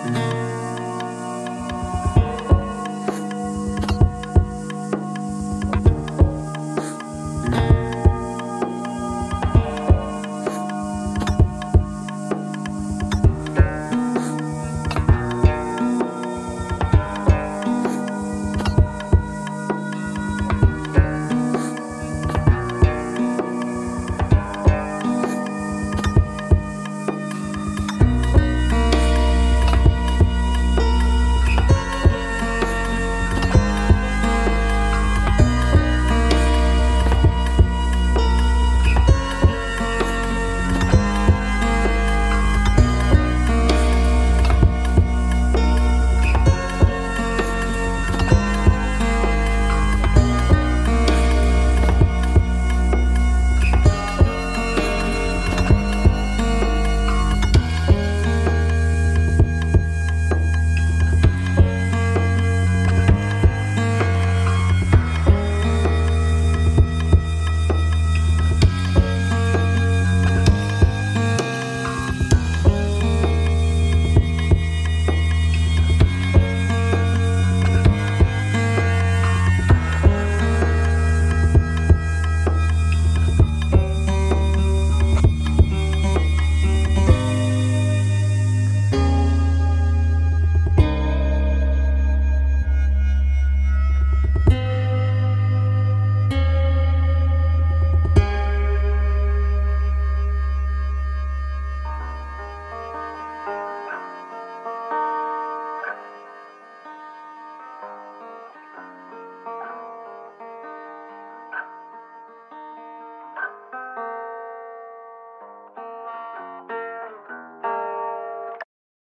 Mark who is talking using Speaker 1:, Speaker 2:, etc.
Speaker 1: Bye.